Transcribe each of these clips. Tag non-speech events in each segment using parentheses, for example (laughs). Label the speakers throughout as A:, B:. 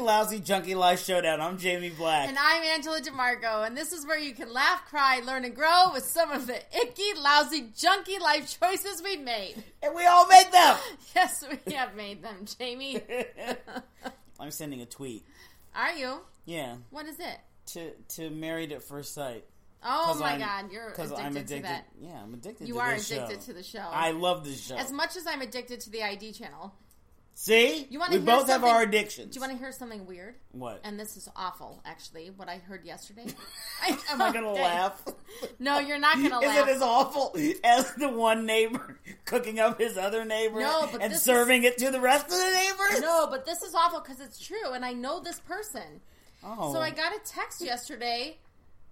A: Lousy Junkie Life Showdown. I'm Jamie Black.
B: And I'm Angela DeMarco, and this is where you can laugh, cry, learn, and grow with some of the icky, lousy, junky life choices we've made. (laughs)
A: and we all made them!
B: Yes, we have made them, Jamie. (laughs)
A: (laughs) I'm sending a tweet.
B: Are you?
A: Yeah.
B: What is it?
A: To to Married at First Sight.
B: Oh
A: 'Cause
B: my
A: I'm-
B: god, you're addicted,
A: I'm addicted.
B: to that.
A: Yeah, I'm addicted
B: You
A: to
B: are
A: this
B: addicted
A: show.
B: to the show.
A: I love this show.
B: as much as I'm addicted to the ID channel.
A: See?
B: You wanna
A: we
B: hear
A: both have
B: something-
A: our addictions.
B: Do you want to hear something weird?
A: What?
B: And this is awful, actually, what I heard yesterday.
A: (laughs) Am I going to
B: (laughs) Okay.
A: laugh?
B: No, you're not going to
A: (laughs) Is it
B: laugh.
A: as awful as the one neighbor (laughs) cooking up his other neighbor
B: No, but
A: and
B: this is-
A: serving it to the rest of the neighbors?
B: no, but this is awful because it's true, and I know this person.
A: Oh.
B: So I got a text yesterday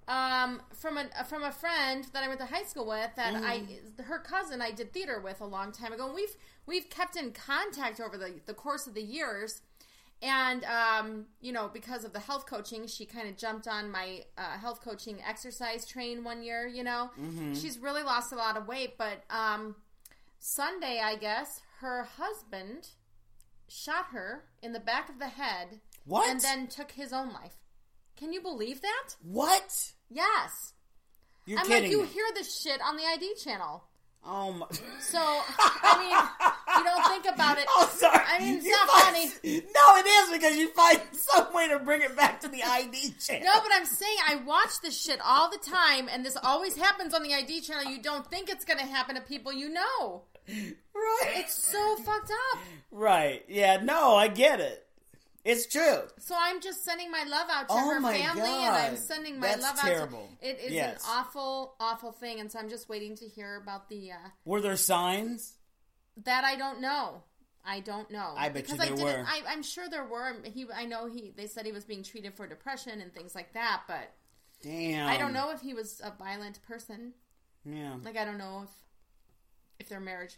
B: um, from a from a friend that I went to high school with that I her cousin I did theater with a long time ago. And we've we've kept in contact over the the course of the years, and um, you know because of the health coaching, she kind of jumped on my uh, health coaching exercise train one year. You know, she's really lost a lot of weight, but um, Sunday I guess her husband shot her in the back of the head
A: What?
B: and then took his own life. Can you believe that?
A: What?
B: Yes.
A: You're
B: I'm
A: kidding
B: like, you
A: me.
B: hear this shit on the ID channel.
A: Oh my. (laughs)
B: So, I mean, you don't think about it.
A: Oh, sorry.
B: I mean, it's
A: You
B: not
A: find-
B: funny.
A: (laughs) No, it is because you find (laughs) some way to bring it back to the ID channel.
B: No, but I'm saying I watch this shit all the time, and this always happens on the ID channel. You don't think it's going to happen to people you know.
A: (laughs) right.
B: It's
A: (laughs)
B: so fucked up.
A: right. Yeah. No, I get it. It's true.
B: So I'm just sending my love out to
A: Oh
B: her
A: my
B: family,
A: God.
B: and I'm sending my
A: That's
B: love
A: terrible.
B: out. to... It is
A: Yes.
B: an awful, awful thing, and so I'm just waiting to hear about the. Uh,
A: Were there signs?
B: That I don't know. I don't know.
A: I bet you
B: because I
A: there
B: didn't,
A: were.
B: I, I'm sure there were. He, I know he. They said he was being treated for depression and things like that, but
A: Damn.
B: I don't know if he was a violent person.
A: Yeah.
B: Like I don't know if if their marriage.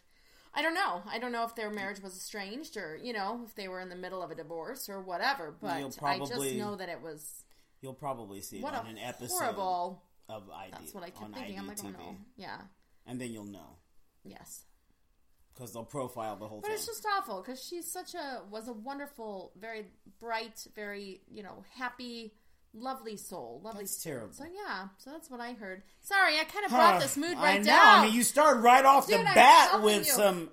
B: I don't know. I don't know if their marriage was estranged or you know if they were in the middle of a divorce or whatever. But
A: You'll
B: I just
A: probably-
B: know that it was
A: You'll probably see it
B: what
A: on
B: a
A: an episode
B: horrible.
A: of ID.
B: That's what I
A: on
B: kept thinking. I'm like, oh
A: IDTV.
B: no, yeah,
A: And then you'll know
B: yes.
A: because they'll profile the whole
B: But
A: thing.
B: it's just awful because she's such a was a wonderful, very bright, very you know happy, lovely soul, lovely.
A: That's terrible.
B: So yeah, so that's what I heard. Sorry, I kind of
A: Huh.
B: brought this mood
A: I
B: right
A: know.
B: down.
A: I mean, you start right off
B: Dude,
A: the
B: I'm
A: bat
B: telling
A: with
B: you.
A: some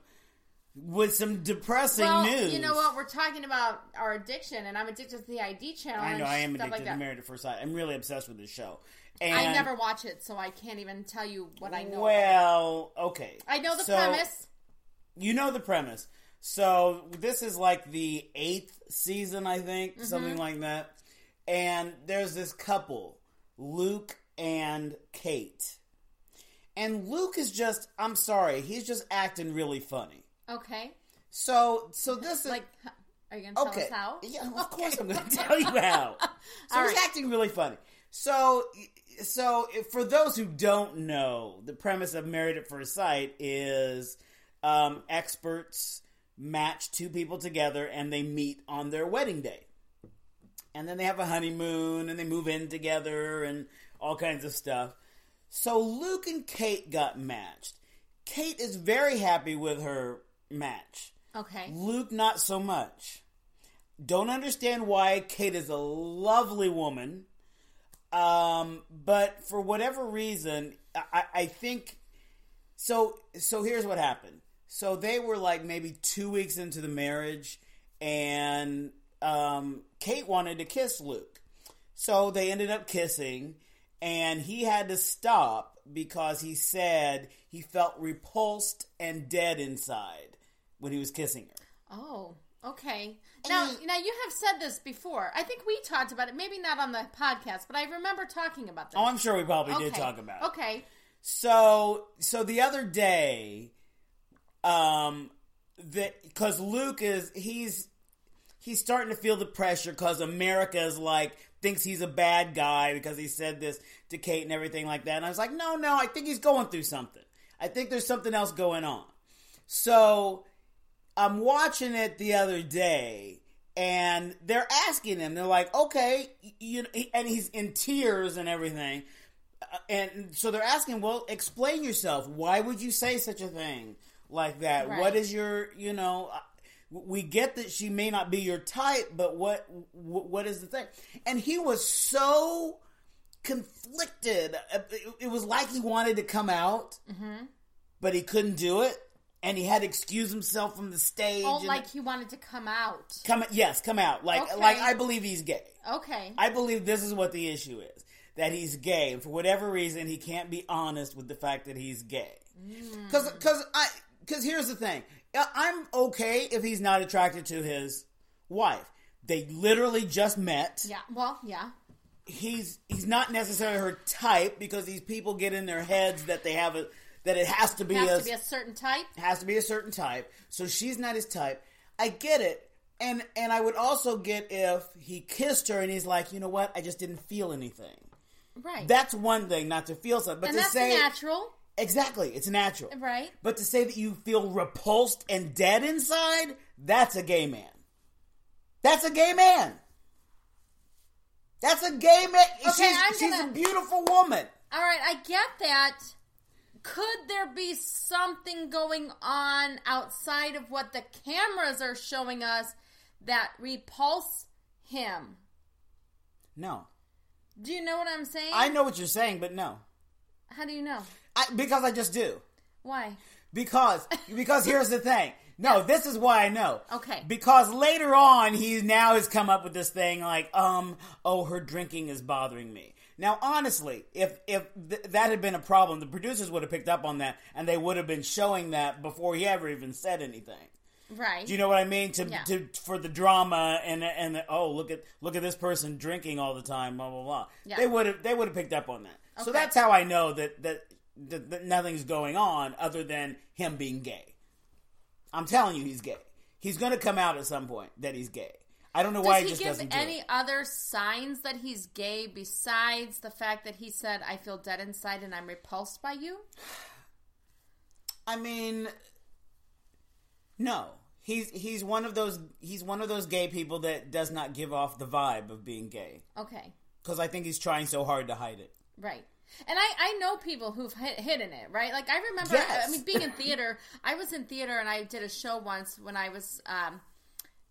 A: with some depressing
B: well,
A: news.
B: you know what? We're talking about our addiction, and I'm addicted to the ID channel.
A: I know.
B: and
A: I am
B: stuff
A: addicted
B: like
A: to
B: that.
A: Married at First Sight. I'm really obsessed with this show. And
B: I never watch it, so I can't even tell you what I know.
A: Well, okay.
B: I know the
A: So,
B: premise.
A: You know the premise. So this is like the eighth season, I think,
B: Mm-hmm.
A: something like that. And there's this couple, Luke and Kate. And Luke is just, I'm sorry, he's just acting really funny.
B: Okay,
A: So, so this is
B: like, h- are you gonna tell
A: okay.
B: us how?
A: (laughs) Yeah, of course I'm going to tell you
B: (laughs)
A: how. So
B: All
A: he's
B: right.
A: acting really funny. So, so if- for those who don't know, the premise of Married at First Sight is um, experts match two people together and they meet on their wedding day, and then they have a honeymoon and they move in together and all kinds of stuff. So Luke and Kate got matched. Kate is very happy with her match.
B: Okay,
A: Luke, not so much. Don't understand why Kate is a lovely woman, um, but for whatever reason, I- I, I think. So, so here's what happened. So they were like maybe two weeks into the marriage, and um, Kate wanted to kiss Luke. So they ended up kissing, and he had to stop because he said he felt repulsed and dead inside when he was kissing her.
B: Oh, okay. Now, now you have said this before. I think we talked about it, maybe not on the podcast, but I remember talking about this.
A: Oh, I'm sure we probably
B: okay.
A: did talk about. it.
B: Okay,
A: So, so the other day, um, that because Luke is he's he's starting to feel the pressure because America is like thinks he's a bad guy because he said this to Kate and everything like that. And I was like, no, no, I think he's going through something. I think there's something else going on. So I'm watching it the other day, and they're asking him. They're like, "Okay," you know, and he's in tears and everything. Uh, And so they're asking, "Well, explain yourself. Why would you say such a thing like that?
B: Right.
A: What is your, you know?" uh, we get that she may not be your type, but what what is the thing? And he was so conflicted. Uh, It- It was like he wanted to come out, but he couldn't do it, and he had to excuse himself from the stage.
B: Oh,
A: and-
B: like he wanted to come out.
A: come, yes, come out. Like
B: Okay.
A: like I believe he's gay.
B: Okay.
A: I believe this is what the issue is that he's gay. And for whatever reason, he can't be honest with the fact that he's gay.
B: Hmm.
A: Because I because here's the thing I- I'm okay if he's not attracted to his wife. They literally just met.
B: yeah. Well, yeah.
A: He's he's not necessarily her type because these people get in their heads that they have a that it has to be
B: Has
A: a
B: to be a certain type.
A: has to be a certain type. So she's not his type. I get it. And and I would also get if he kissed her and he's like, you know what, I just didn't feel anything.
B: Right.
A: That's one thing, not to feel something. But
B: and
A: to
B: that's
A: say
B: natural,
A: Exactly, it's natural.
B: right?
A: But to say that you feel repulsed and dead inside, that's a gay man. That's a gay man. That's a gay man. she's
B: I'm
A: she's
B: gonna-
A: a beautiful woman.
B: All right, I get that. Could there be something going on outside of what the cameras are showing us that repulse him?
A: No.
B: Do you know what I'm saying?
A: I know what you're saying, but no.
B: How do you know?
A: I, because I just do.
B: Why?
A: Because because here's the thing. No, this is why I know.
B: Okay.
A: Because later on he now has come up with this thing like um oh her drinking is bothering me. Now honestly, if if th- that had been a problem, the producers would have picked up on that and they would have been showing that before he ever even said anything.
B: Right.
A: Do you know what I mean? To,
B: Yeah.
A: to for the drama and and the, oh look at look at this person drinking all the time, blah blah blah.
B: Yeah.
A: They would have they would have picked up on that. So
B: Okay.
A: that's how I know that that, that that nothing's going on other than him being gay. I'm telling you, he's gay. He's going to come out at some point that he's gay. I don't know why
B: Does
A: he
B: he
A: just doesn't.
B: give
A: do
B: any
A: it.
B: other signs that he's gay besides the fact that he said, I feel dead inside and I'm repulsed by you?
A: I mean, no. He's he's one of those he's one of those gay people that does not give off the vibe of being gay
B: Okay.
A: because I think he's trying so hard to hide it.
B: Right. And I, I know people who've hid, hidden it, right? Like, I remember,
A: Yes.
B: I mean, being in theater, (laughs) I was in theater and I did a show once when I was um,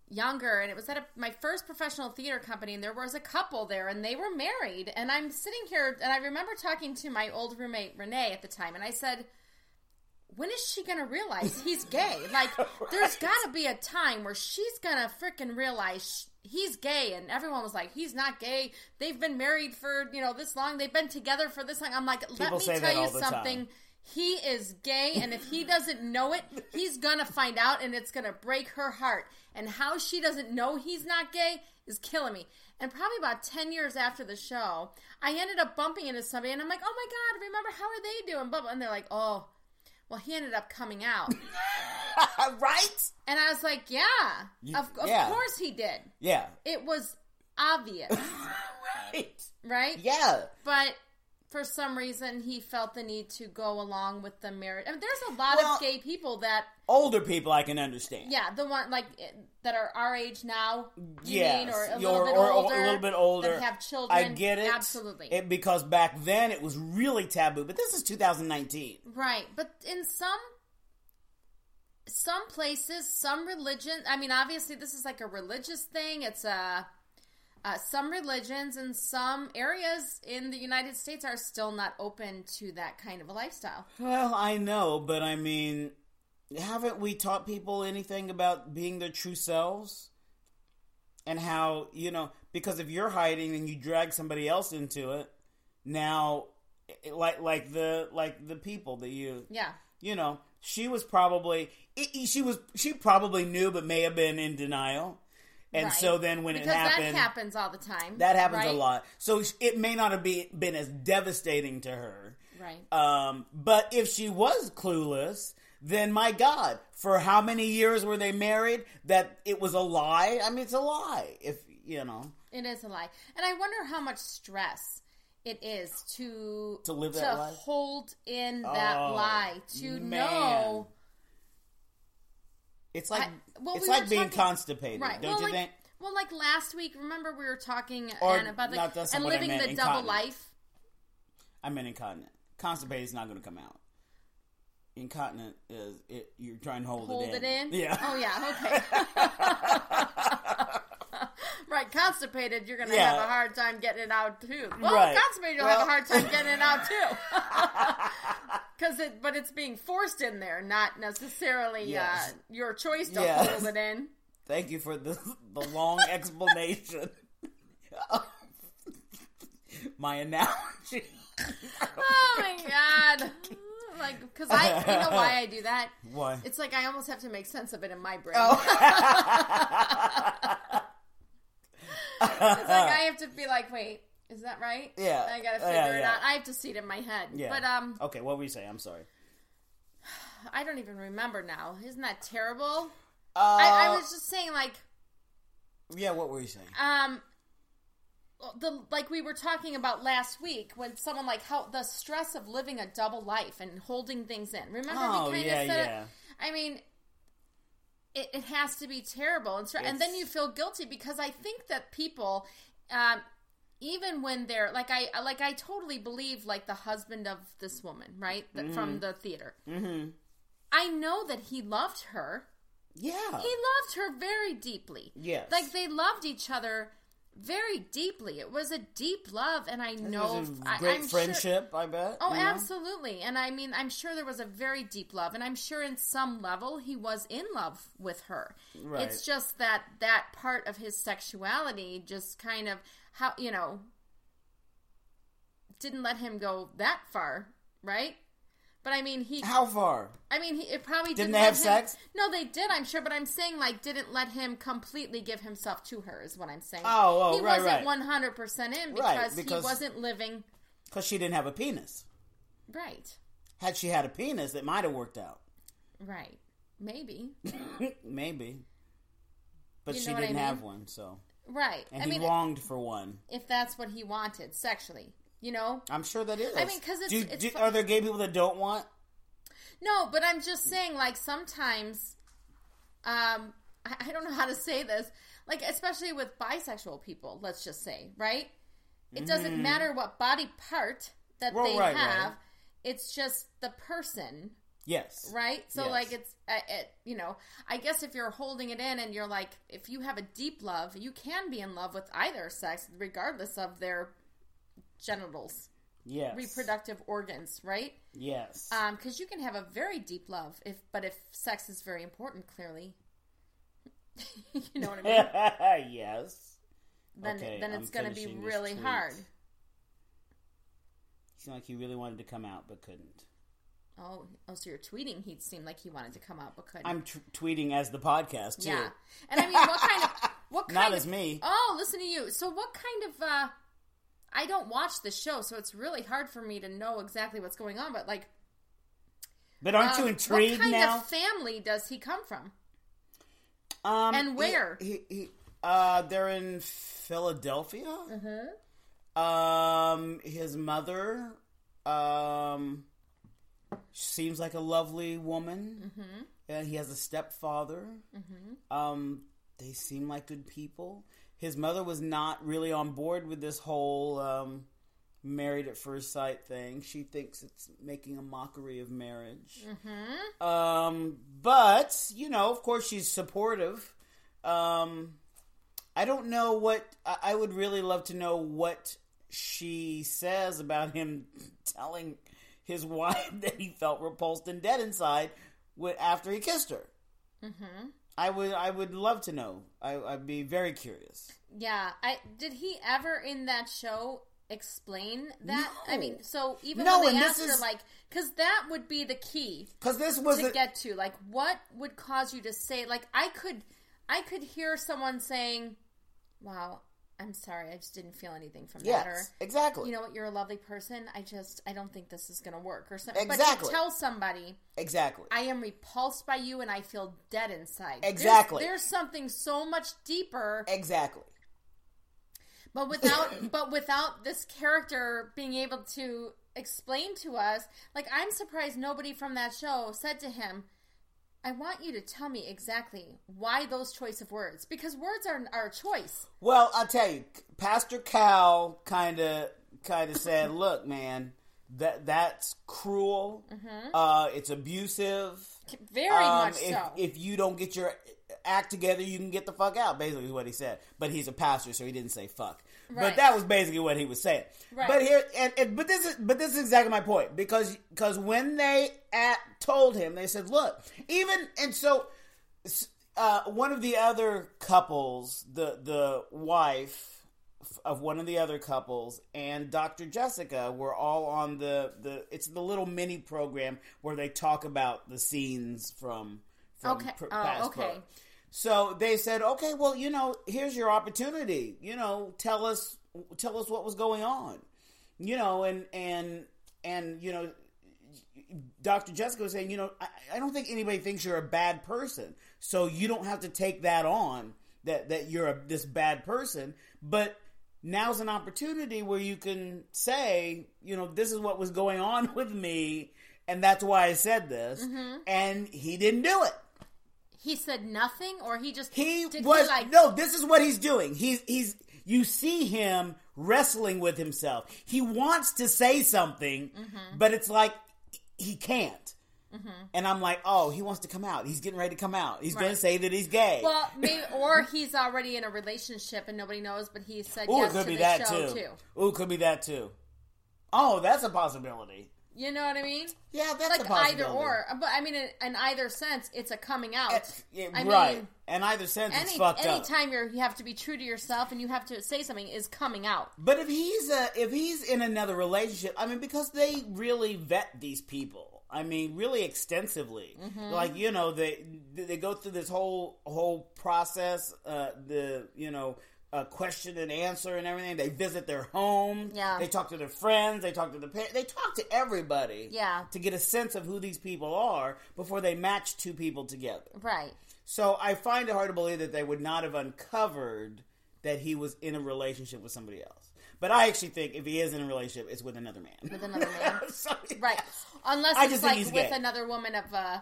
B: younger, and it was at a, my first professional theater company, and there was a couple there, and they were married. And I'm sitting here, and I remember talking to my old roommate, Renee, at the time, and I said, when is she gonna realize he's gay? Like, there's gotta be a time where she's gonna freaking realize sh- he's gay. And everyone was like, he's not gay. They've been married for, you know, this long. They've been together for this long. I'm like, let
A: People
B: me
A: say that
B: tell you
A: all the time.
B: something. He is gay, and if he doesn't know it, he's gonna find out, and it's gonna break her heart. And how she doesn't know he's not gay is killing me. And probably about 10 years after the show, I ended up bumping into somebody, and I'm like, oh my God, remember, how are they doing? Blah, blah. And they're like, oh, well, he ended up coming out.
A: Uh, right?
B: And I was like, yeah, of, of
A: yeah.
B: course he did.
A: Yeah.
B: It was obvious,
A: (laughs) Right.
B: right?
A: Yeah.
B: But for some reason, he felt the need to go along with the marriage. I mean, there's a lot
A: Well-
B: of gay people that,
A: Older people I can understand.
B: yeah, the one like eh, that are our age now, you
A: Yes.
B: mean, or a
A: Or-
B: little bit
A: or- or
B: older,
A: a little bit older.
B: that have children.
A: I get it.
B: absolutely
A: It, because back then it was really taboo, but this is 2019.
B: right. But in some some places, some religion. I mean, obviously, this is like a religious thing. It's a uh, some religions and some areas in the United States are still not open to that kind of a lifestyle.
A: Well, I know, but I mean, haven't we taught people anything about being their true selves? And how, you know, because if you're hiding and you drag somebody else into it, now it, like like the like the people that you
B: Yeah,
A: you know, she was probably i- i- she was she probably knew, but may have been in denial. And
B: Right.
A: so then when
B: because
A: it happened,
B: that happens all the time.
A: that happens a
B: right?
A: lot. So sh- it may not have be, been as devastating to her.
B: Right.
A: Um, but if she was clueless, then my God, for how many years were they married? That it was a lie. I mean, it's a lie. If you know,
B: It is a lie, and I wonder how much stress it is to
A: To live that life?
B: hold in that
A: Oh,
B: lie, to
A: man.
B: know
A: it's like
B: I- well,
A: it's
B: we were
A: like being
B: talking-
A: constipated,
B: right.
A: don't
B: well,
A: you
B: like,
A: think?
B: Well, like last week, remember we were talking
A: Or
B: and about
A: not,
B: like,
A: that's not
B: and
A: what I
B: living
A: meant,
B: the double
A: incontinent.
B: life.
A: I meant incontinent. Constipated is not going to come out. incontinent is it, you're trying to hold,
B: Hold
A: it in.
B: it in.
A: Yeah. (laughs)
B: Oh yeah. Okay. right. Constipated, you're gonna
A: Yeah.
B: have a hard time getting it out too. Well,
A: Right.
B: constipated, you'll have
A: Well-
B: a hard time getting it out too.
A: (laughs)
B: Because it, but it's being forced in there, not necessarily
A: Yes.
B: uh, your choice to
A: Yes.
B: hold it
A: (laughs)
B: in.
A: Thank you for the the long (laughs) explanation. (laughs) My analogy.
B: Oh my god. Like, because I, you know why I do that?
A: Why?
B: It's like I almost have to make sense of it in my brain.
A: Oh. (laughs)
B: It's like I have to be like, wait, is that right?
A: Yeah. Oh,
B: I gotta
A: Yeah,
B: figure it
A: yeah.
B: out. I have to see it in my head.
A: (laughs) yeah.
B: But um,
A: Okay, what were you saying? I'm sorry.
B: I don't even remember now. Isn't that terrible?
A: Uh,
B: I, I was just saying, like,
A: Yeah, what were you saying?
B: um, the like we were talking about last week when someone like how the stress of living a double life and holding things in. Remember
A: Oh,
B: we kind
A: yeah,
B: of said,
A: yeah.
B: I mean. It, it has to be terrible, and so, and then
A: It's-
B: you feel guilty because I think that people, um, even when they're like I like I totally believe like the husband of this woman, right, that, from the theater. Mm-hmm. I know that he loved her,
A: Yeah.
B: he loved her very deeply.
A: Yes.
B: Like they loved each other very deeply. It was a deep love, and I
A: This
B: know
A: is a
B: I-
A: great
B: I'm sure-
A: friendship, I bet.
B: Oh,
A: you know?
B: absolutely. And I mean, I'm sure there was a very deep love, and I'm sure in some level he was in love with her.
A: Right.
B: It's just that that part of his sexuality just kind of how you know didn't let him go that far, right? But I mean, he
A: How far?
B: I mean, he, it probably
A: Didn't
B: didn't,
A: they have
B: let him-
A: sex?
B: No, they did. I'm sure, but I'm saying like didn't let him completely give himself to her is what I'm saying.
A: Oh, oh,
B: he
A: right, right.
B: wasn't 100 percent in because,
A: Right, because-
B: he wasn't living
A: Because she didn't have a penis.
B: right.
A: Had she had a penis, it might have worked out.
B: Right? Maybe.
A: (clears throat) Maybe. But
B: You
A: she
B: know what I
A: didn't have
B: mean?
A: one, so.
B: Right.
A: And
B: I
A: he
B: mean,
A: longed for one.
B: if that's what he wanted sexually, you know.
A: I'm sure that is.
B: I mean, 'cause it's-
A: Do-
B: it's
A: do-
B: fu-
A: are there gay people that don't want?
B: No, but I'm just saying like sometimes, um, I, I don't know how to say this. Like especially with bisexual people, let's just say, right? It doesn't matter what body part that
A: Mm. Well,
B: they
A: right,
B: have.
A: right.
B: It's just the person,
A: Yes.
B: right? So
A: Yes.
B: like it's uh, it, you know, I guess if you're holding it in and you're like if you have a deep love, you can be in love with either sex regardless of their genitals,
A: Yes.
B: reproductive organs, right?
A: Yes.
B: Um, because you can have a very deep love if, but if sex is very important, clearly, (laughs) you know what I
A: (laughs)
B: mean.
A: yes.
B: Then,
A: Okay,
B: then
A: I'm
B: it's going to be
A: finishing this
B: really
A: tweet.
B: hard.
A: Seemed like he really wanted to come out but couldn't.
B: Oh, oh, so you're tweeting? He seemed like he wanted to come out, but couldn't.
A: I'm t- tweeting as the podcast too.
B: yeah, and I mean, what
A: (laughs)
B: kind of what kind
A: Not
B: of,
A: as me.
B: Oh, listen to you. So, what kind of? uh I don't watch the show, so it's really hard for me to know exactly what's going on. But like,
A: But aren't
B: um,
A: you intrigued
B: What kind
A: now?
B: of family does he come from?
A: um,
B: and
A: he-
B: where?
A: He, he, uh, they're in Philadelphia.
B: Mm-hmm.
A: Um, his mother, um, seems like a lovely woman.
B: Mm-hmm.
A: And he has a stepfather.
B: Mm-hmm.
A: Um, they seem like good people. His mother was not really on board with this whole um, married at first sight thing. She thinks it's making a mockery of marriage.
B: Mm-hmm.
A: Um, but you know, of course, she's supportive. Um, I don't know what I, I would really love to know what she says about him (laughs) telling his (laughs) wife that he felt repulsed and dead inside wi- after he kissed her.
B: Mm-hmm.
A: I would I would love to know. I, I'd be very curious.
B: Yeah, I did he ever in that show explain that? I
A: No.
B: mean, so even
A: No,
B: when
A: and
B: they
A: this
B: asked her,
A: is-
B: like, because that would be the key
A: Because this was
B: to
A: a,
B: get to, like, what would cause you to say, like, I could, I could hear someone saying, "Wow, I'm sorry, I just didn't feel anything from that," or
A: yes, exactly,
B: you know what, you're a lovely person. I just, I don't think this is gonna work, or something. But
A: Exactly.
B: to tell somebody,
A: exactly.
B: I am repulsed by you, and I feel dead inside. There's-
A: Exactly.
B: there's something so much deeper
A: exactly.
B: but without but without this character being able to explain to us like i'm surprised nobody from that show said to him i want you to tell me exactly why those choice of words because words are are a choice (laughs)
A: Well, I'll tell you, Pastor Cal kind of kind of said, "Look, man, that that's cruel. Uh, it's abusive.
B: Very
A: Um,
B: Mm-hmm. much
A: if,
B: so.
A: if you don't get your act together, you can get the fuck out. Basically, is what he said. But he's a pastor, so he didn't say fuck.
B: Right.
A: But that was basically what he was saying.
B: Right.
A: But here, and, and but this is but this is exactly my point because because when they at, told him, they said, "Look, even and so." s- Uh, one of the other couples, the the wife of one of the other couples and Dr. Jessica were all on the, the it's the little mini program where they talk about the scenes from from
B: Okay.
A: pr-
B: Oh,
A: past
B: okay.
A: pro. So they said, "Okay, well, you know, here's your opportunity. You know, tell us tell us what was going on." You know, and and and you know Dr. Jessica was saying, you know, I, I don't think anybody thinks you're a bad person, so you don't have to take that on that that you're a, this bad person. But now's an opportunity where you can say, you know, this is what was going on (laughs) with me, and that's why I said this, and he didn't do it.
B: he said nothing, or he just
A: He
B: did
A: was
B: he like
A: no. This is what he's doing. He's he's. You see him wrestling with himself. He wants to say something,
B: Mm-hmm.
A: but it's like he can't. And I'm like, oh, he wants to come out. He's getting ready to come out. He's going to
B: Right.
A: say that he's gay.
B: Well, maybe, or he's already in a relationship and nobody knows, but he said
A: Ooh,
B: yes
A: it could
B: to
A: be
B: the
A: that
B: show
A: too.
B: too.
A: Ooh, it could be that too. Oh, that's a possibility.
B: You know what I mean?
A: Yeah, that's a
B: Like
A: possibility.
B: either or, but I mean, in, in either sense, it's a coming out.
A: It's- yeah,
B: I
A: right.
B: mean,
A: and either sense, it's
B: any
A: fucked up.
B: anytime you're you have to be true to yourself and you have to say something is coming out.
A: But if he's a, if he's in another relationship, I mean, because they really vet these people. I mean, really extensively.
B: Mm-hmm.
A: Like you know, they they go through this whole whole process, uh, the you know. Uh, question and answer and everything. They visit their home.
B: Yeah.
A: They talk to their friends. They talk to the parents. They talk to everybody.
B: Yeah.
A: To get a sense of who these people are before they match two people together.
B: Right.
A: So I find it hard to believe that they would not have uncovered that he was in a relationship with somebody else. But I actually think if he is in a relationship, it's with another man. (laughs) With
B: another man. Right. Unless
A: I
B: it's
A: just think
B: like
A: he's
B: with
A: gay.
B: another woman of uh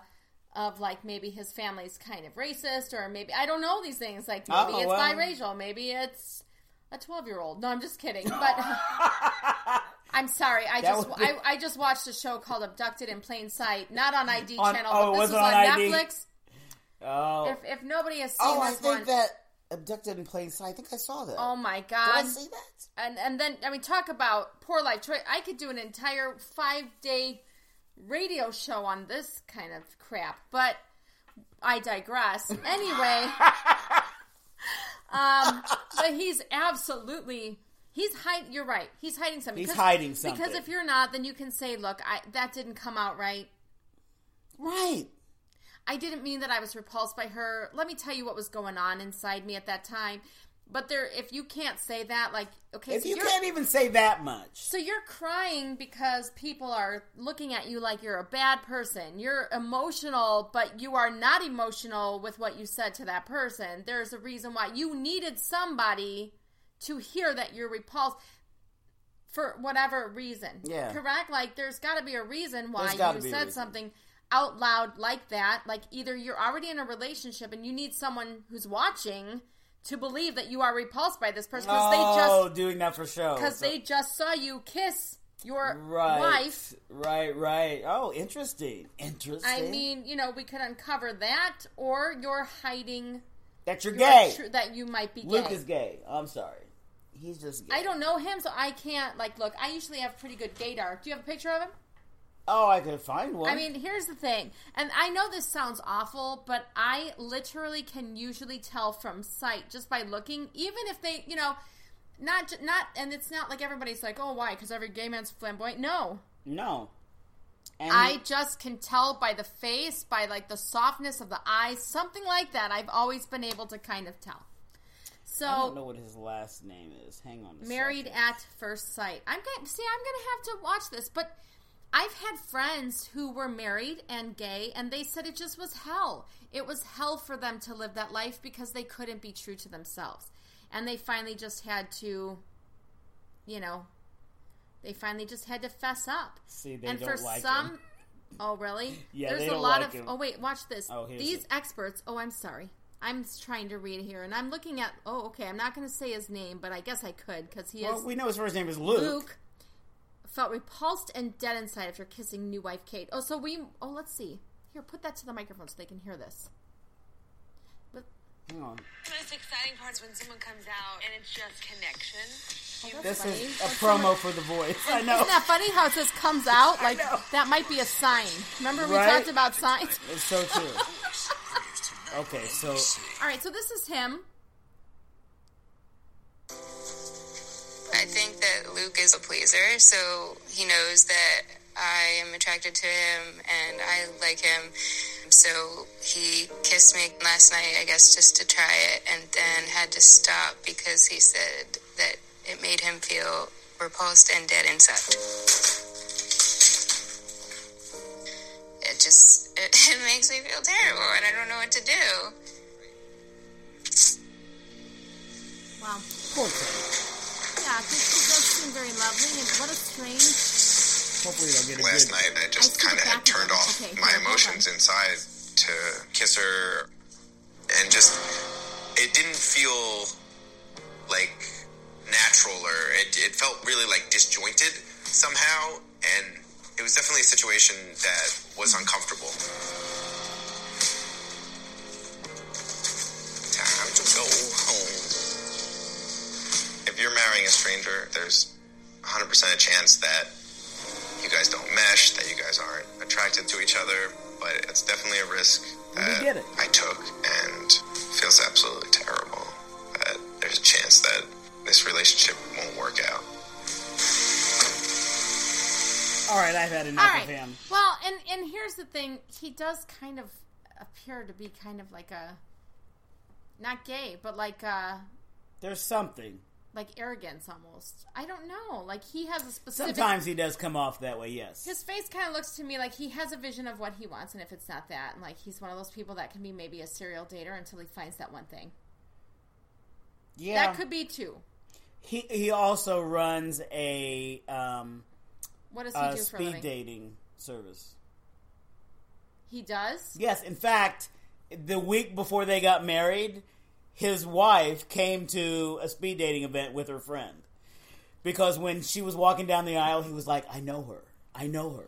B: of like maybe his family's kind of racist or maybe I don't know these things. Like maybe
A: Oh,
B: it's
A: well.
B: biracial, maybe it's a twelve year old. No, I'm just kidding.
A: (laughs)
B: But I'm sorry. I just
A: would be-
B: I, I just watched a show called Abducted in Plain Sight, not on ID
A: On-
B: channel,
A: oh,
B: but
A: it
B: this was
A: wasn't
B: on,
A: on ID.
B: Netflix.
A: Oh,
B: If, if nobody has seen
A: oh I
B: this
A: think
B: one,
A: that abducted in plain sight. I think I saw that.
B: oh my
A: Did
B: god,
A: I see that?
B: and and then I mean, talk about poor life. Troy, I could do an entire five day radio show on this kind of crap, but
A: (laughs)
B: I digress. Anyway, um, but he's absolutely. He's hiding. You're right. He's hiding something.
A: He's
B: Because-
A: hiding something.
B: Because if you're not, then you can say, "Look, I, that didn't come out right.
A: Right.
B: I didn't mean that I was repulsed by her. Let me tell you what was going on inside me at that time." But there, if you can't say that, like, okay,
A: If
B: so
A: you
B: you're-
A: can't even say that much.
B: So you're crying because people are looking at you like you're a bad person. You're emotional, but you are not emotional with what you said to that person. There's a reason why you needed somebody to hear that you're repulsed for whatever reason.
A: Yeah.
B: Correct? Like there's got to be a reason why
A: There's gotta
B: you
A: be a
B: said
A: reason.
B: something out loud like that. Like either you're already in a relationship and you need someone who's watching to believe that you are repulsed by this person because they just
A: oh, doing that for show.
B: because
A: So-
B: they just saw you kiss your
A: right,
B: wife.
A: Right, right. Oh, interesting. Interesting.
B: I mean, you know, we could uncover that, or you're hiding
A: that you're
B: your
A: gay.
B: tru- that you might be gay.
A: Luke is gay. I'm sorry. He's just gay.
B: I don't know him, so I can't. Like, look, I usually have pretty good gaydar. Do you have a picture of him?
A: Oh, I could find one.
B: I mean, here's the thing, and I know this sounds awful, but I literally can usually tell from sight just by looking, even if they, you know, not ju- not, and it's not like everybody's like, oh, why? Because every gay man's flamboyant. No,
A: no. And
B: I just can tell by the face, by like the softness of the eyes, something like that. I've always been able to kind of tell.
A: I don't
B: So
A: know what his last name is. Hang on. A
B: married
A: second.
B: at first sight. I'm gonna see. I'm gonna have to watch this, but I've had friends who were married and gay, and they said it just was hell. It was hell for them to live that life because they couldn't be true to themselves, and they finally just had to, you know, they finally just had to fess up.
A: See, they
B: and
A: don't
B: for
A: like
B: some,
A: him.
B: (laughs) oh really?
A: (laughs) Yeah,
B: There's
A: they
B: a
A: don't
B: lot
A: like
B: of.
A: him.
B: Oh wait, watch this.
A: Oh, here's
B: These
A: it.
B: experts. Oh, I'm sorry. I'm s- trying to read here, and I'm looking at. Oh, okay. I'm not going to say his name, but I guess I could because he
A: Well,
B: is
A: we know his first name is Luke.
B: Luke. felt repulsed and dead inside after kissing new wife Kate. Oh, so we. Oh, let's see. Here, put that to the microphone so they can hear this. But
A: Hang on.
C: The most exciting part's when someone comes out and it's just connection.
B: oh, that's
A: This
B: funny.
A: is a promo for the
B: (laughs)
A: voice. I know.
B: Isn't that funny how it says
A: (laughs)
B: comes out? Like,
A: know.
B: that might be a sign. Remember, we
A: Right?
B: talked about signs?
A: It's so true. Okay, so
B: All right, so this is him.
D: I think that Luke is a pleaser, so he knows that I am attracted to him and I like him. So he kissed me last night, I guess, just to try it, and then had to stop because he said that it made him feel repulsed and dead inside. It just (laughs) it, it makes me feel terrible, and I don't know what to do.
B: Wow.
A: poor Kate.
B: Yeah, this it does seem very lovely, and what a strange.
A: Hopefully they'll get a
E: last
A: good.
E: night I just
B: I see
E: kind of
B: the
E: had
B: back of
E: turned
B: them.
E: off
B: Okay, here,
E: my
B: hold
E: emotions
B: on.
E: inside to kiss her and just it didn't feel like natural or it, it felt really like disjointed somehow and it was definitely a situation that was uncomfortable time to go home if you're marrying a stranger there's 100% a chance that you guys don't mesh, that you guys aren't attracted to each other, but it's definitely a risk that
A: get it.
E: I took and feels absolutely terrible. That there's a chance that this relationship won't work out.
A: All right, I've had enough
B: All right.
A: of him.
B: Well, and and here's the thing: he does kind of appear to be kind of like a not gay, but like uh
A: There's something.
B: like arrogance almost. I don't know. Like he has a specific.
A: Sometimes he does come off that way. Yes.
B: his face kind of looks to me like he has a vision of what he wants, and if it's not that, and like he's one of those people that can be maybe a serial dater until he finds that one thing.
A: Yeah.
B: That could be too.
A: He he also runs a um
B: What does he
A: a
B: do for a
A: speed
B: living?
A: dating service.
B: He does.
A: Yes, in fact, the week before they got married, his wife came to a speed dating event with her friend. Because when she was walking down the aisle, he was like, "I know her. I know her."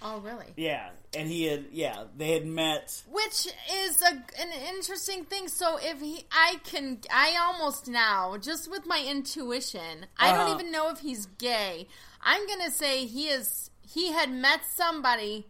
B: Oh, really?
A: Yeah, and he had yeah, they had met.
B: Which is a, an interesting thing. So if he, I can, I almost now, just with my intuition, I
A: Uh-huh.
B: don't even know if he's gay. I'm gonna say he is. He had met somebody.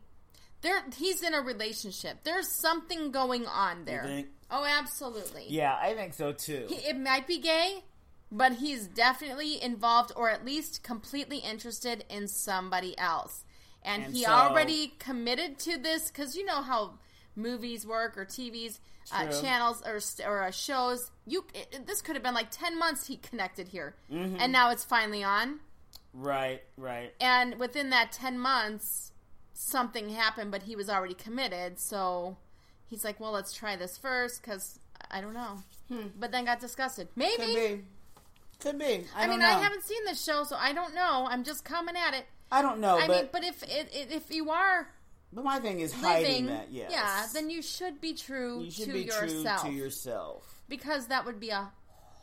B: There, he's in a relationship. There's something going on there.
A: think?
B: Oh, absolutely.
A: Yeah, I think so too.
B: He- it might be gay, but he's definitely involved, or at least completely interested in somebody else. And,
A: And
B: he
A: so-
B: already committed to this because you know how movies work or TVs uh,
A: True.
B: channels or s- or uh, shows. You it, it- this could have been like ten months he connected here,
A: Mm-hmm.
B: and now it's finally on.
A: Right, right.
B: And within that ten months, something happened, but he was already committed. So he's like, "Well, let's try this first because I don't know."
A: Hmm.
B: But then got disgusted. Maybe
A: Could be. Could be. I,
B: I,
A: don't
B: mean,
A: know.
B: I haven't seen this show, so I don't know. I'm just coming at it.
A: I don't know,
B: I
A: Oh, but,
B: mean, but if it, it, if you are
A: but my thing is hiding
B: living,
A: that. Yes.
B: yeah, then you should be true
A: you should
B: to
A: be
B: yourself
A: true to yourself.
B: because that would be a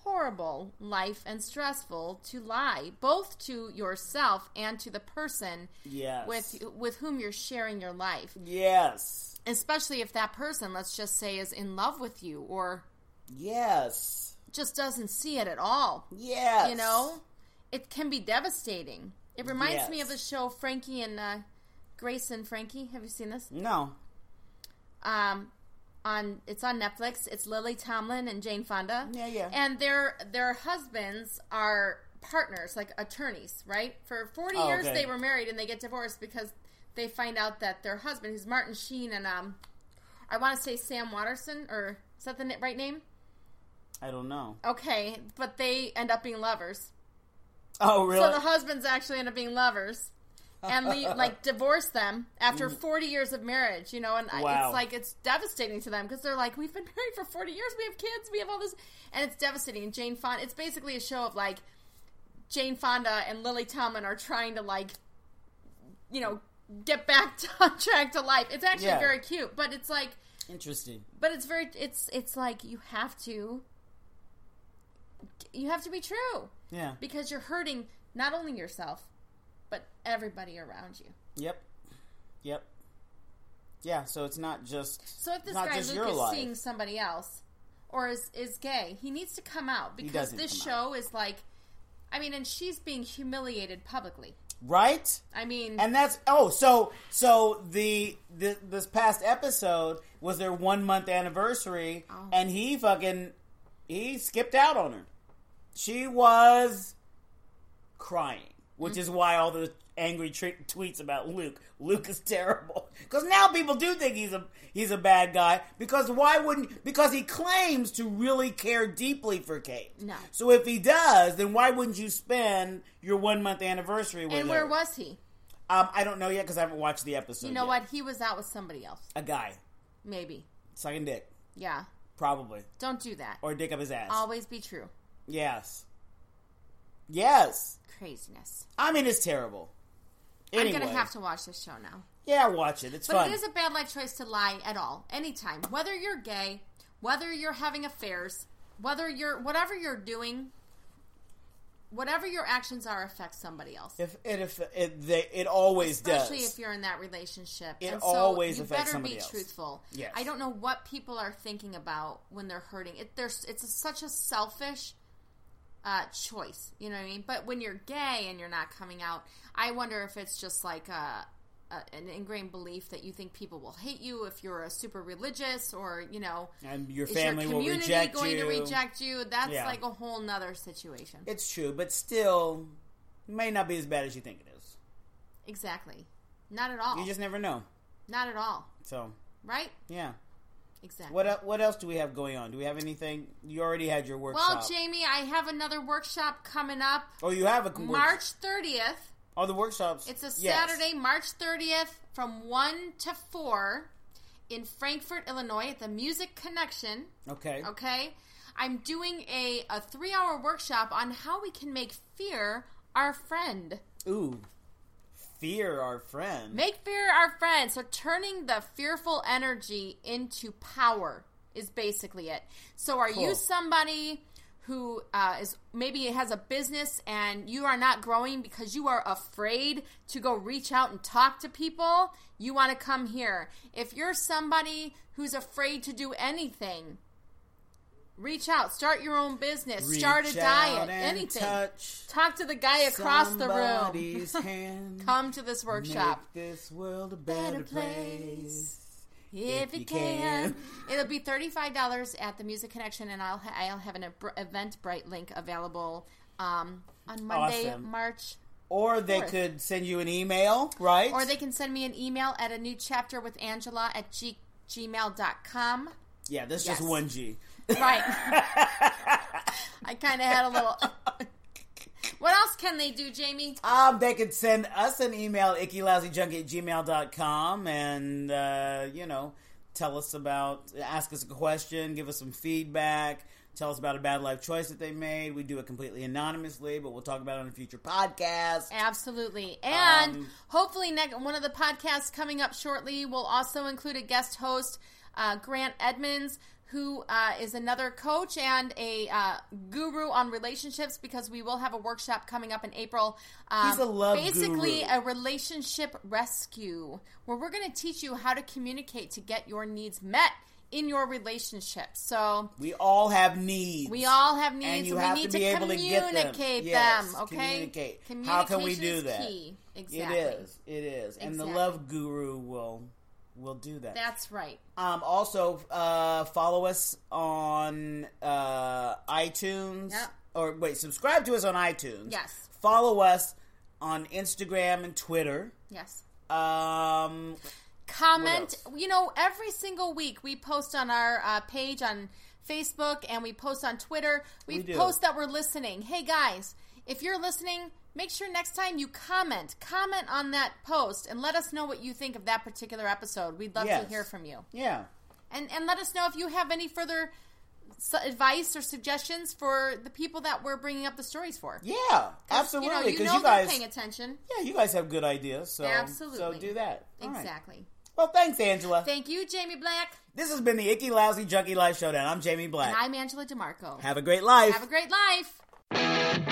B: horrible life and stressful to lie both to yourself and to the person
A: Yes.
B: with with whom you're sharing your life,
A: Yes.
B: especially if that person, let's just say, is in love with you or
A: Yes.
B: just doesn't see it at all.
A: Yes.
B: you know it can be devastating it reminds me of the
A: Yes.
B: show frankie and uh, grace and frankie have you seen this
A: No.
B: um on it's on netflix it's lily tomlin and jane fonda
A: Yeah, yeah.
B: and their their husbands are partners like attorneys right for 40
A: Oh,
B: years
A: okay.
B: they were married and they get divorced because they find out that their husband who's martin sheen and um i want to say sam watterson or is that the ni- right name
A: I don't know.
B: okay but they end up being lovers
A: Oh, really?
B: So the husbands actually end up being lovers
A: (laughs)
B: and le- like divorce them after 40 years of marriage, you know, and I
A: Mm. Wow.
B: it's like it's devastating to them because they're like we've been (laughs) married for 40 years, we have kids, we have all this and it's devastating. And Jane Fonda, it's basically a show of like Jane Fonda and Lily Tomlin are trying to like you know, get back (laughs) to, on track to life. It's actually
A: Yeah.
B: very cute, but it's like
A: Interesting.
B: but it's very it's it's like you have to you have to be true
A: Yeah.
B: because you're hurting not only yourself but everybody around you.
A: Yep. Yep. Yeah, so it's not just
B: So if this
A: not
B: guy
A: just
B: Luke
A: your
B: is
A: life.
B: seeing somebody else or is is gay, he needs to come out because
A: doesn't
B: this
A: come
B: show is like I mean, and she's being humiliated publicly.
A: right?
B: I mean,
A: And that's oh, so so the, the this past episode was their one month anniversary,
B: Oh.
A: and he fucking he skipped out on her. She was crying, which
B: Mm.
A: is why all the angry tre- tweets about Luke. Luke is terrible because now people do think he's a he's a bad guy. Because why wouldn't? Because he claims to really care deeply for Kate.
B: No.
A: So if he does, then why wouldn't you spend your one month anniversary with
B: and
A: her?
B: where was he?
A: Um, I don't know yet because I haven't watched the episode.
B: You know
A: yet.
B: what? He was out with somebody else.
A: A guy
B: Maybe.
A: sucking dick,
B: Yeah.
A: probably,
B: Don't do that.
A: or dick up his ass.
B: Always be true.
A: yes, yes.
B: Craziness.
A: I mean, it's terrible. Anyway,
B: I'm going to have to watch this show now.
A: Yeah, watch it. It's
B: But
A: fun.
B: it is a bad life choice to lie at all, anytime. Whether you're gay, whether you're having affairs, whether you're whatever you're doing, whatever your actions are affects somebody else.
A: if it if it, they, it always
B: Especially
A: does.
B: if you're in that relationship.
A: It
B: and so
A: always
B: you
A: affects
B: better
A: somebody
B: be
A: else.
B: truthful.
A: Yes.
B: I don't know what people are thinking about when they're hurting. It there's it's a, such a selfish uh, choice, you know what I mean? But when you're gay and you're not coming out, I wonder if it's just like a, a an ingrained belief that you think people will hate you if you're a super religious or, you know,
A: and your
B: is
A: family
B: your
A: will
B: community
A: reject
B: going
A: you.
B: to reject you? That's
A: Yeah.
B: like a whole nother situation.
A: It's true, but still, may not be as bad as you think it is.
B: exactly. Not at all.
A: You just never know.
B: not at all.
A: So
B: Right?
A: yeah.
B: Exactly.
A: What el- what else do we have going on? Do we have anything? You already had your workshop.
B: Well, Jamie, I have another workshop coming up
A: oh, you have a con-
B: March 30th.
A: Oh, the workshops.
B: It's a
A: Yes.
B: Saturday, March 30th from 1 to 4 in Frankfort, Illinois at the Music Connection.
A: Okay.
B: Okay? I'm doing a, a three hour workshop on how we can make fear our friend.
A: Ooh. Fear our friend.
B: Make fear our friend. So turning the fearful energy into power is basically it. So are
A: Cool.
B: you somebody who uh, is maybe has a business and you are not growing because you are afraid to go reach out and talk to people? You want to come here. If you're somebody who's afraid to do anything, reach out. Start your own business.
A: Reach
B: start a
A: out
B: diet.
A: and
B: Anything.
A: Touch
B: Talk to the guy across the room. (laughs)
A: somebody's hand.
B: Come to this workshop.
A: Make this world a better
B: Better
A: place.
B: If
A: you
B: you can.
A: can.
B: It'll be thirty-five dollars at the Music Connection, and I'll ha- I'll have an ab- Eventbrite link available um, on Monday,
A: Awesome.
B: March.
A: Or they
B: Fourth.
A: could send you an email, right?
B: Or they can send me an email at a new chapter with Angela at g- gmail.com.
A: Yeah, that's
B: Yes.
A: just one G. (laughs)
B: Right. I kind of had a little. (laughs) what else can they do, Jamie?
A: Um, they could send us an email, ickylousyjunk at gmail.com, and, uh, you know, tell us about, ask us a question, give us some feedback, tell us about a bad life choice that they made. We do it completely anonymously, but we'll talk about it on a future podcast.
B: Absolutely. And
A: Um,
B: hopefully, next, one of the podcasts coming up shortly will also include a guest host, uh, Grant Edmonds, who uh, is another coach and a uh, guru on relationships because we will have a workshop coming up in April. Um,
A: He's a love
B: Basically,
A: guru.
B: a relationship rescue where we're going to teach you how to communicate to get your needs met in your relationship. So.
A: We all have needs.
B: We all have needs,
A: And
B: and,
A: you
B: we
A: have
B: need
A: to be able to get them.
B: communicate
A: Yes,
B: them, Okay,
A: communicate. How can we
B: Communication
A: do
B: is
A: that?
B: Key. Exactly.
A: It is. It is. And the
B: Exactly.
A: love guru will will do that.
B: That's right.
A: Um, also, uh, follow us on uh, iTunes.
B: Yep.
A: Or wait, subscribe to us on iTunes.
B: Yes.
A: Follow us on Instagram and Twitter.
B: Yes.
A: Um,
B: Comment.
A: What
B: You know, every single week we post on our uh, page on Facebook and we post on Twitter. We,
A: We do.
B: post that we're listening. Hey guys, if you're listening, make sure next time you comment. Comment on that post and let us know what you think of that particular episode. We'd love to
A: Yes.
B: hear from you.
A: yeah.
B: And and let us know if you have any further su- advice or suggestions for the people that we're bringing up the stories for.
A: Yeah.
B: You know,
A: Absolutely.
B: you
A: Because you,
B: know they're
A: guys,
B: paying attention.
A: yeah, you guys have good ideas. So, So
B: Absolutely.
A: do that. All right.
B: Exactly.
A: Well, thanks, Angela.
B: Thank you, Jamie Black.
A: this has been the Icky Lousy Junkie Life Showdown. I'm Jamie Black.
B: And I'm Angela DeMarco.
A: have a great life.
B: Have a great life.